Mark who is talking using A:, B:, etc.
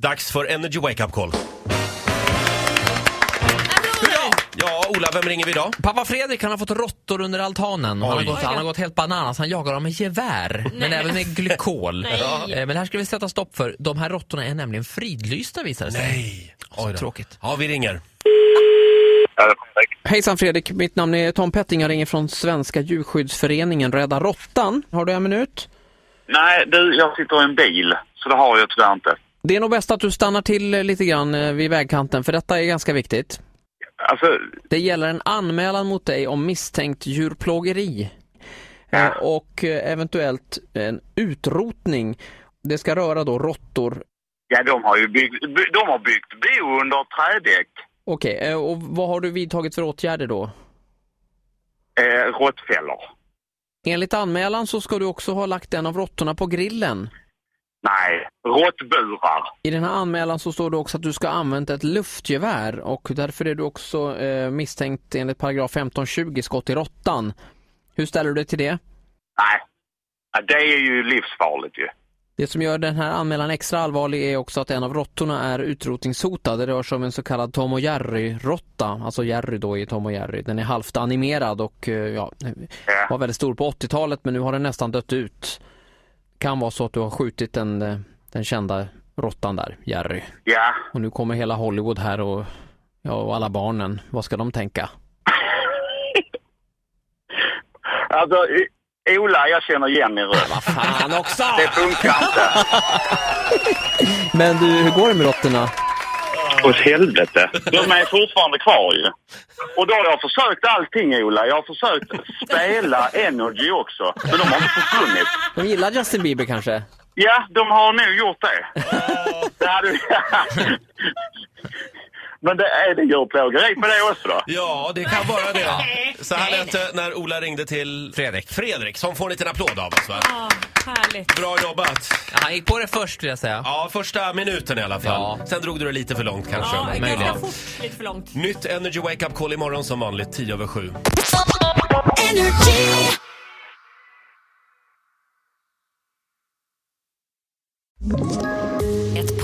A: Dags för Energy Wake Up Call. Ja, Ola, vem ringer vi idag?
B: Pappa Fredrik han har fått råttor under altanen. Och Han har,
A: Oj.
B: gått, han har gått helt bananas. Han jagar dem med gevär, men även med glykol.
C: Nej.
B: Eh, Men det här ska vi sätta stopp för. De här råttorna är nämligen fridlysta visar det sig.
A: Nej.
B: Så tråkigt.
A: Ja, vi ringer.
D: Hejsan Fredrik, mitt namn är Eh, Tom Petting. Jag ringer från Svenska djurskyddsföreningen Rädda Råttan. Har du en minut?
E: Nej, du, jag sitter i en bil, så det har jag tyvärr inte.
D: Det är nog bäst att du stannar till eh, lite grann eh, vid vägkanten, för detta är ganska viktigt.
E: Alltså,
D: Det gäller en anmälan mot dig om misstänkt djurplågeri eh, och eh, eventuellt en utrotning. Det ska röra då råttor.
E: ja, de har ju byggt, by, de har byggt bo under ett trädäck.
D: Okej, eh, och vad har du vidtagit för åtgärder då?
E: Eh, råttfällor.
D: Enligt anmälan så ska du också ha lagt en av råttorna på grillen.
E: Nej, råttburar.
D: I den här anmälan så står det också att du ska ha använt ett luftgevär och därför är du också eh, misstänkt enligt paragraf 1520 skott i råttan. Hur ställer du dig till det?
E: Nej, ja, det är ju livsfarligt ju.
D: Det som gör den här anmälan extra allvarlig är också att en av råttorna är utrotningshotad. Det rör sig om en så kallad Tom och Jerry-råtta, alltså Jerry då i Tom och Jerry. Den är halvt animerad och eh, ja,
E: Ja.
D: var väldigt stor på 80-talet men nu har den nästan dött ut. Kan vara så att du har skjutit den, eh, den kända råttan där, Jerry.
E: Ja,
D: Och nu kommer hela Hollywood här och, ja, och alla barnen. Vad ska de tänka?
E: alltså, i- Ola, jag känner igen din röst.
D: Fan också!
E: Det funkar inte.
D: Men du, hur går det med råttorna?
E: Åt helvete. De är fortfarande kvar ju. Och då har jag försökt allting, Ola. Jag har försökt spela Energy också, men de har inte försvunnit.
D: De gillar Justin Bieber kanske?
E: Ja, de har nog gjort det. det hade... Men det är det djurplågeri på det också då?
A: Ja, det kan vara det. Så här lät det när Ola ringde till Fredrik. Fredrik, som får en liten applåd av oss. Va?
C: Ja, härligt.
A: Bra jobbat.
B: Ja, Han gick på det först vill jag säga.
A: Ja, första minuten i alla fall.
B: Ja.
A: Sen drog du det lite för långt kanske.
C: Ja,
A: Men-
C: ganska fort. Lite för långt.
A: Nytt Energy Wake Up Call imorgon som vanligt, 10 över 7.
F: Energy.
G: Ett